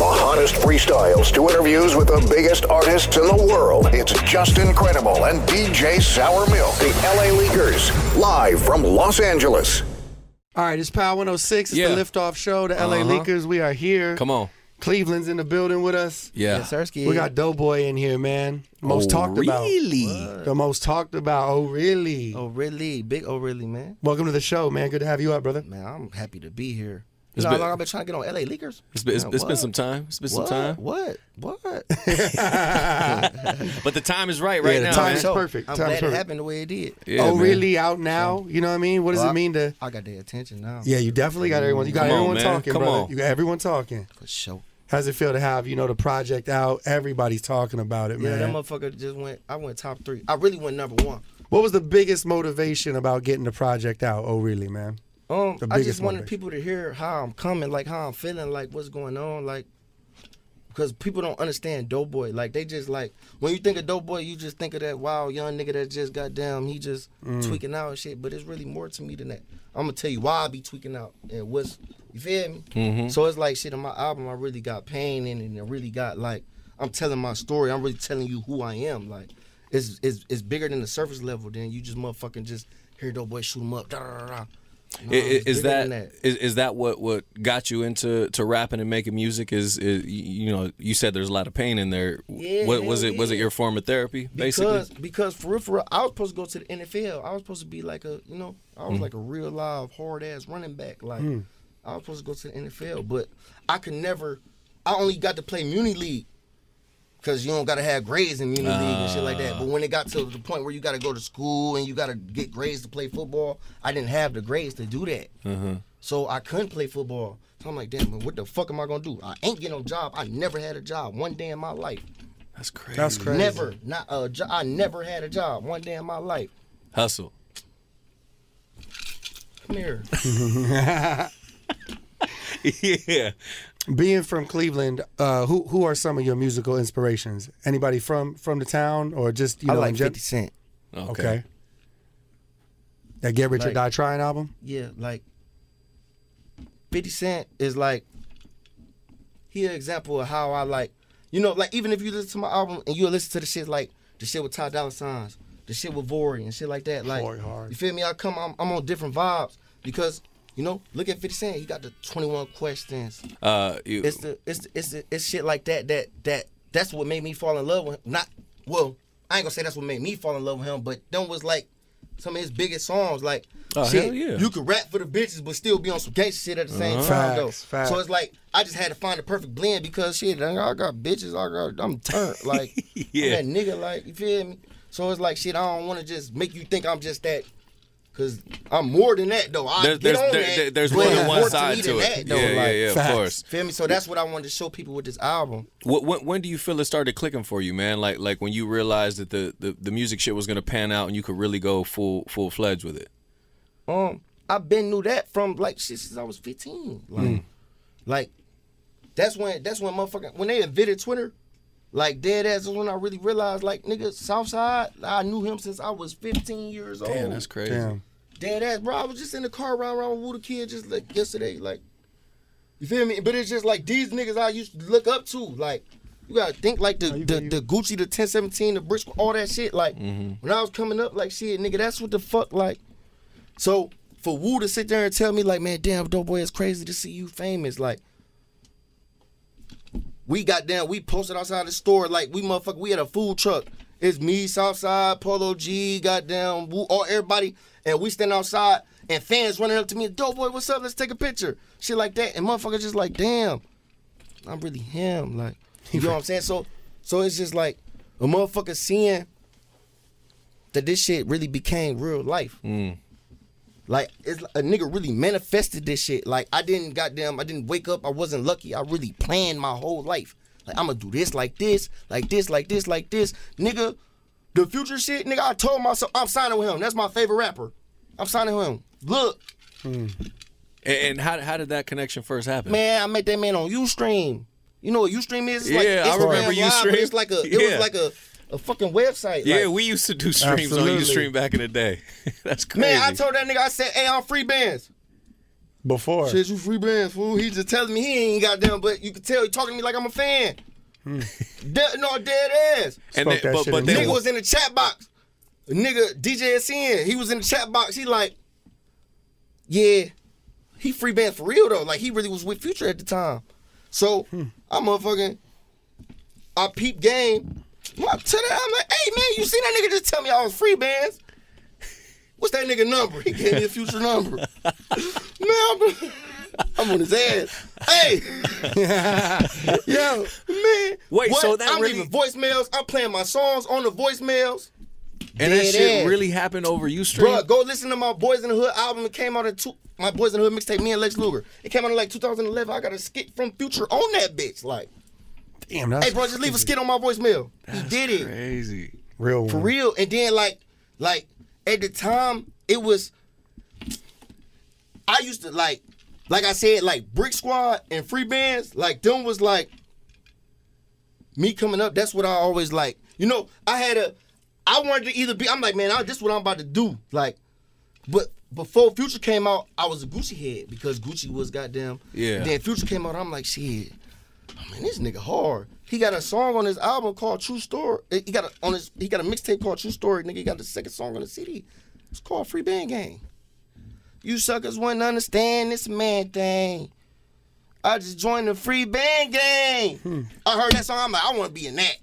honest freestyles to interviews with the biggest artists in the world. It's Just Incredible and DJ Sour Milk, the LA Leakers, live from Los Angeles. All right, it's Power 106. It's Yeah. the liftoff show. The LA Uh-huh. Leakers, we are here. Come on. Cleveland's in the building with us. Yeah. Oh, Sersky. We got Doughboy in here, man. Most talked Really? about. The most talked about. Oh, really? Oh, really? Big oh, really, man. Welcome to the show, man. Good to have you up, brother. Man, I'm happy to be here. You It's know been- how long I've been trying to get on LA Leakers? It's been, it's, Man, it's been what? some time. It's been What? some time. What? What? But the time is right right the now. time man. is- perfect. I'm Time's glad perfect. it happened the way it did. Yeah, oh, man. really? Out now? You know what I mean? What does Well, it I- mean to? I got their attention now. Yeah, you definitely got everyone. You got Come on, everyone man. talking, Come brother. on. You got everyone talking. For sure. How's it feel to have you know the project out? Everybody's talking about it, Yeah, man. that motherfucker just went. I went top three. I really went number one. what was the biggest motivation about getting the project out? Oh, really, man? Um, The I biggest just wanted motivation. people to hear how I'm coming, like how I'm feeling, like what's going on, like because people don't understand Doughboy. Like they just like when you think of Doughboy, you just think of that wild young nigga that just goddamn he just Mm. tweaking out and shit. But it's really more to me than that. I'm gonna tell you why I be tweaking out and what's you feel me. Mm-hmm. So it's like shit on my album. I really got pain in it. and I really got like I'm telling my story. I'm really telling you who I am. Like it's it's, it's bigger than the surface level. Then you just motherfucking just hear Doughboy shoot him up. Da, da, da, da. I- No, i- it's is bigger that, than Is, is that what what got you into to rapping and making music? Is, is you know you said there's a lot of pain in there. Yeah, what, was hell it was it yeah. your form of therapy basically? Because because for real, for real, I was supposed to go to the NFL. I was supposed to be like a you know I was like a real live hard ass running back. Like I was supposed to go to the NFL, but I could never. I only got to play muni league because you don't gotta have grades in muni league and shit like that. But when it got to the point where you gotta go to school and you gotta get grades to play football, I didn't have the grades to do that. So I couldn't play football. So I'm like, damn, man, what the fuck am I gonna do? I ain't getting no job. I never had a job one day in my life. That's crazy. That's crazy. Never, not a jo- I never had a job one day in my life. Hustle. Come here. yeah. Being from Cleveland, uh, who who are some of your musical inspirations? Anybody from from the town or just you I know? like in gen- 50 Cent. Okay. Okay. That Get Rich or Like- Die Trying album. Yeah, like 50 Cent is like he an example of how I like, you know, like even if you listen to my album and you listen to the shit like the shit with Ty Dolla Signs, the shit with Vory and shit like that, like Vory hard. you feel me? I come, I'm, I'm on different vibes because you know, look at 50 Cent, he got the 21 questions. Uh, you, it's the it's the, it's the, it's shit like that that that that's what made me fall in love with him. Not well, I ain't gonna say that's what made me fall in love with him, but them was like some of his biggest songs. Like Oh, shit, hell yeah. you could rap for the bitches, but still be on some gangster shit at the same Uh-huh. time though. Facts, facts. So it's like I just had to find the perfect blend because shit, I got bitches, I got I'm turned like I'm Yeah. that nigga like you feel me. So it's like shit, I don't want to just make you think I'm just that. Cause I'm more than that though. I there's get there's, on there- that, there- there's but more it's than one more side me to than it. that, though, yeah, yeah, like- yeah, of facts. course. Feel me? So that's what I wanted to show people with this album. What, when, when do you feel it started clicking for you, man? Like like when you realized that the, the, the music shit was gonna pan out and you could really go full full fledged with it. Um, I've been knew that from like shit since I was 15. Like, Mm. like that's when that's when motherfucking when they invented Twitter, like dead ass is when I really realized like nigga Southside, I knew him since I was 15 years old. Man, that's crazy. Damn. Dead ass, bro. I was just in the car around around with Woo the Kid just like yesterday, like you feel me? But it's just like these niggas I used to look up to, like you gotta think like the Oh, you- the, you- the Gucci, the 1017, the Brits, all that shit. Like when I was coming up, like shit, nigga, that's what the fuck like. So for Woo to sit there and tell me like, man, damn, dope boy, it's crazy to see you famous, like. We got down, we posted outside the store, like we motherfucker, we had a food truck. It's me, Southside, Polo G, goddamn, Woo, all everybody, and we stand outside and fans running up to me, dope boy, what's up? Let's take a picture. Shit like that. And motherfucker just like, damn, I'm really him. Like, you know what I'm saying? So so it's just like a motherfucker seeing that this shit really became real life. Like it's like a nigga really manifested this shit. Like I didn't goddamn I didn't wake up, I wasn't lucky. I really planned my whole life. Like I'ma do this like this, like this, like this, like this. Nigga, the future shit, nigga, I told myself I'm signing with him. That's my favorite rapper. I'm signing with him. Look, And, and how how did that connection first happen? man, I met that man on Ustream. You know what Ustream is? It's like Yeah, I Instagram remember Live, Ustream. but It's like a it Yeah. was like a, a fucking website. yeah, like, we used to do streams Absolutely. on Ustream back in the day. that's crazy. Man, I told that nigga, I said, hey, I'm free bands. before. Shit, you free bands, fool. He just telling me he ain't goddamn, but you can tell he talking to me like I'm a fan. Dead- no, dead ass. And Spoke that but, shit but in then there. Nigga was in the chat box. Nigga, DJ SN, he was in the chat box. He like, yeah, he free band for real though. Like he really was with Future at the time. So I motherfucking, I peep game. I'm to that, I'm like, hey man, you seen that nigga just tell me I was free bands? What's that nigga number? He gave me a Future number. man, I'm, I'm on his ass. Hey. Yo, Man, Wait, what? so that I'm really- leaving voicemails. I'm playing my songs on the voicemails. and that Dead shit ass. really happened over Bro, Ustream. go listen to my Boys in the Hood album. It came out in two, my Boys in the Hood mixtape. Me and Lex Luger. It came out in like 2011. I got a skit from Future on that bitch. Like, damn, that's hey, bro, just leave a skit on my voicemail. he did it Crazy. real for one. real. And then like, like at the time, it was. I used to like, like I said, like Brick Squad and Free Bands. Like them was like me coming up. That's what I always like. You know, I had a, I wanted to either be. I'm like, man, I, this is what I'm about to do. Like, but before Future came out, I was a Gucci head because Gucci was goddamn. Yeah. Then Future came out, I'm like, shit. Oh, man, this nigga hard. He got a song on his album called True Story. eh, He got a on his he got a mixtape called True Story. Nigga, he got the second song on the CD. It's called Free Band Gang. You suckers wouldn't understand this man thing. I just joined the Free Band Gang. Hmm. I heard that song. I'm like, I want to be in that.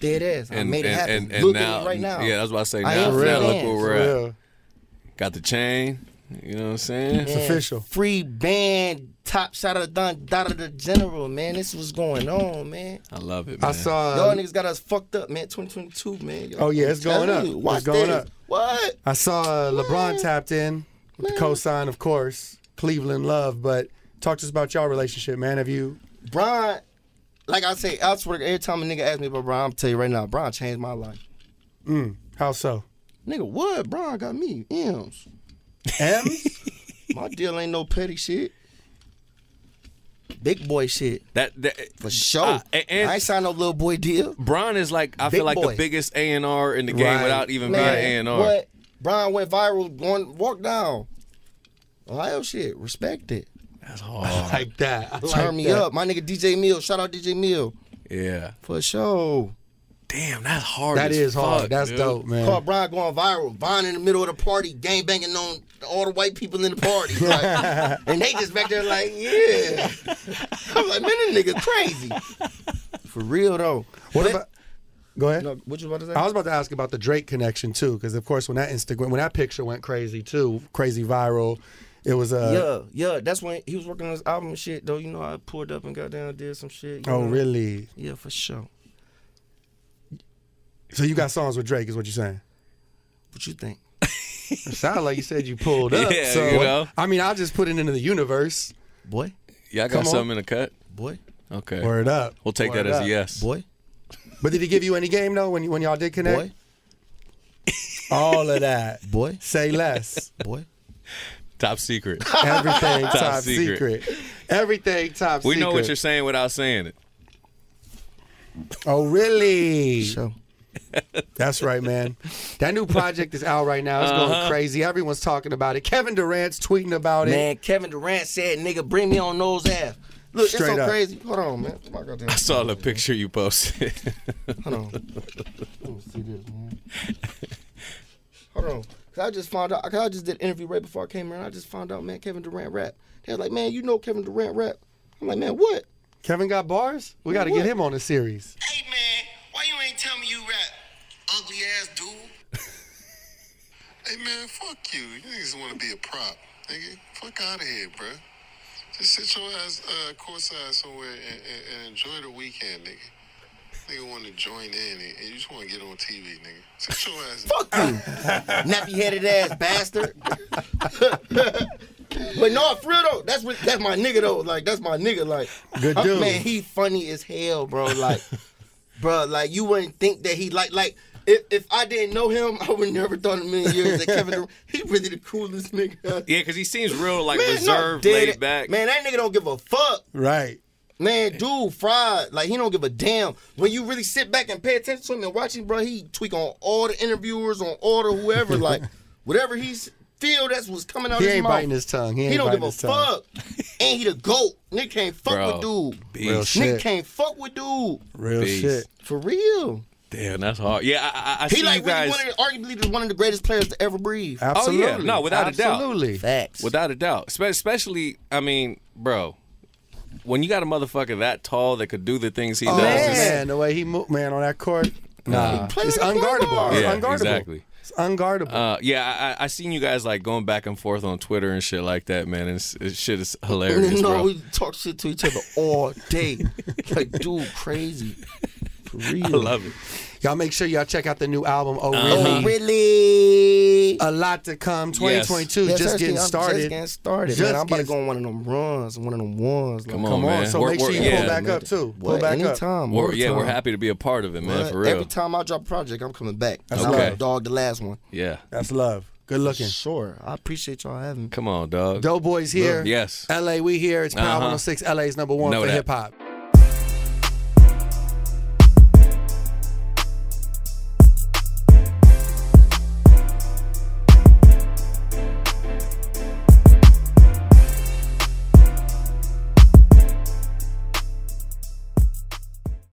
There it is. I And made it and, happen. and, and look now, at it right now. yeah, that's why I say I now. am now real. look where we're at. real. Got the chain. You know what I'm saying? It's official. Free band, top shot of the dot of the general, man. This was going on, man. I love it, man. I saw Y'all niggas got us fucked up, man. 2022, man. Y'all- Oh, yeah, it's going up. Tell you, It's Watch going this. up. What? I saw uh, LeBron tapped in with the cosign, of course, Cleveland love. But talk to us about y'all relationship, man. Have you? Brian, like I say, I swear, every time a nigga asks me about Brian, I'm tell you right now, Brian changed my life. How so? Nigga, what? Brian got me M's. M? My deal ain't no petty shit. Big boy shit. that, that For sure. I- Ah, and- and- I ain't signed no little boy deal. Bron is like I Big feel like boy. the biggest A and R in the game Right. without even being Man, A and R. What? Brian went viral going walk down. Ohio shit. Respect it. That's hard. like that. I Turn like me that. up. My nigga DJ Mill. Shout out DJ Mill. Yeah. For sure. Damn, that's hard. That as is hard. fuck, That's dude. dope, man. Caught Brian going viral. Brian in the middle of the party, gang banging on all the white people in the party. Like, and they just back there like, yeah. I'm like, man, this nigga crazy. For real though. What But- about? Go ahead. No, what you about to say? I was about to ask about the Drake connection too, because of course when that Instagram, when that picture went crazy too, crazy viral, it was a. Uh, yeah, yeah. That's when he was working on his album and shit, though. You know, I pulled up and got down and did some shit. you Oh know? really? Yeah, for sure. So you got songs with Drake, is what you're saying? What you think? It sounded like you said you pulled up. Yeah, so you know. I mean, I'll just put it into the universe. Boy, Y'all got Come on. something in the cut? boy, Okay. Word up. We'll take that Word as a up. yes. boy, But did he give you any game though when you, when y'all did connect? boy, All of that. boy, Say less. boy. Top secret. Everything top, secret. secret. Everything top we secret. know what you're saying without saying it. Oh really? Sure. That's right, man. That new project is out right now. It's Uh-huh. going crazy. Everyone's talking about it. Kevin Durant's tweeting about it. Man, Kevin Durant said, "Nigga, bring me on those ass." Look, Straight it's so up. crazy. Hold on, man. Come on, goddamn. I saw the picture you posted. Hold on. Let me see this, man. Hold on. Cause I just found out. Cause I just did an interview right before I came here, and I just found out, man, Kevin Durant rap. They was like, man, you know Kevin Durant rap. I'm like, man, what? Kevin got bars? We got to get What? him on the series. Hey man, why you ain't tell me you rap? Ugly ass dude. hey man, fuck you. You niggas want to be a prop, nigga. Fuck out of here, bruh. Just sit your ass uh, courtside somewhere and, and, and enjoy the weekend, nigga. Nigga want to join in and, and you just want to get on TV, nigga. Sit your ass. Fuck you, nappy headed ass bastard. but no, for real though, that's what, that's my nigga though. Like that's my nigga. Like Good I'm- dude. Man, he funny as hell, bro. Like, bro, like you wouldn't think that he like like. If, if I didn't know him, I would never thought in a million years that Kevin Durant, he really the coolest nigga. yeah, because he seems real like Man, no, reserved, dead- laid back. Man, that nigga don't give a fuck. Right. Man, dude, fried. Like he don't give a damn. When you really sit back and pay attention to him and watch him, bro, he tweak on all the interviewers, on all the whoever, like whatever he's feel that's what's coming out He his ain't mouth. biting his tongue. He ain't don't biting give a his tongue. fuck. and he the goat. Nick can't fuck Bro, with dude. beast. Real shit. Nick can't fuck with dude. Real Beast. shit. For real. Damn, that's hard. Yeah, I, I, I He see like you really guys. one of the, arguably the- one of the greatest players to ever breathe. Oh, Absolutely. yeah. No, without a doubt. Absolutely. Facts. Without a doubt. Spe- Especially, I mean, bro, when you got a motherfucker that tall that could do the things he Oh, does. man. it's- the way he moved, man, on that court. Nah, playing it's the football. unguardable. It's Yeah, unguardable. exactly. It's unguardable. Uh, yeah, I, I- I seen you guys like going back and forth on Twitter and shit like that, man. And it's, it, shit is hilarious, no, bro. we talk shit to each other all day. like, dude, crazy. For real. I love it. y'all make sure y'all check out the new album. Oh, Oh, Uh-huh. really? really? A lot to come. 2022 Yeah, is just seriously, getting I'm started. Just getting started. Just man. I'm about to getting- go on one of them runs, one of them ones. Like, Come on, Come on, man. so We're- make sure we're- you pull yeah, back man. up too. Pull What? back up. Anytime, We're, yeah, anytime. we're happy to be a part of it, man. But for real. Every time I drop a project, I'm coming back. That's Okay. okay. dog, the last one. Yeah. That's love. Good looking. Sure. I appreciate y'all having me. Come on, dog. Doughboys here. Yes. LA, we here. It's Power Uh-huh. 106. LA's number one Know for that. hip hop.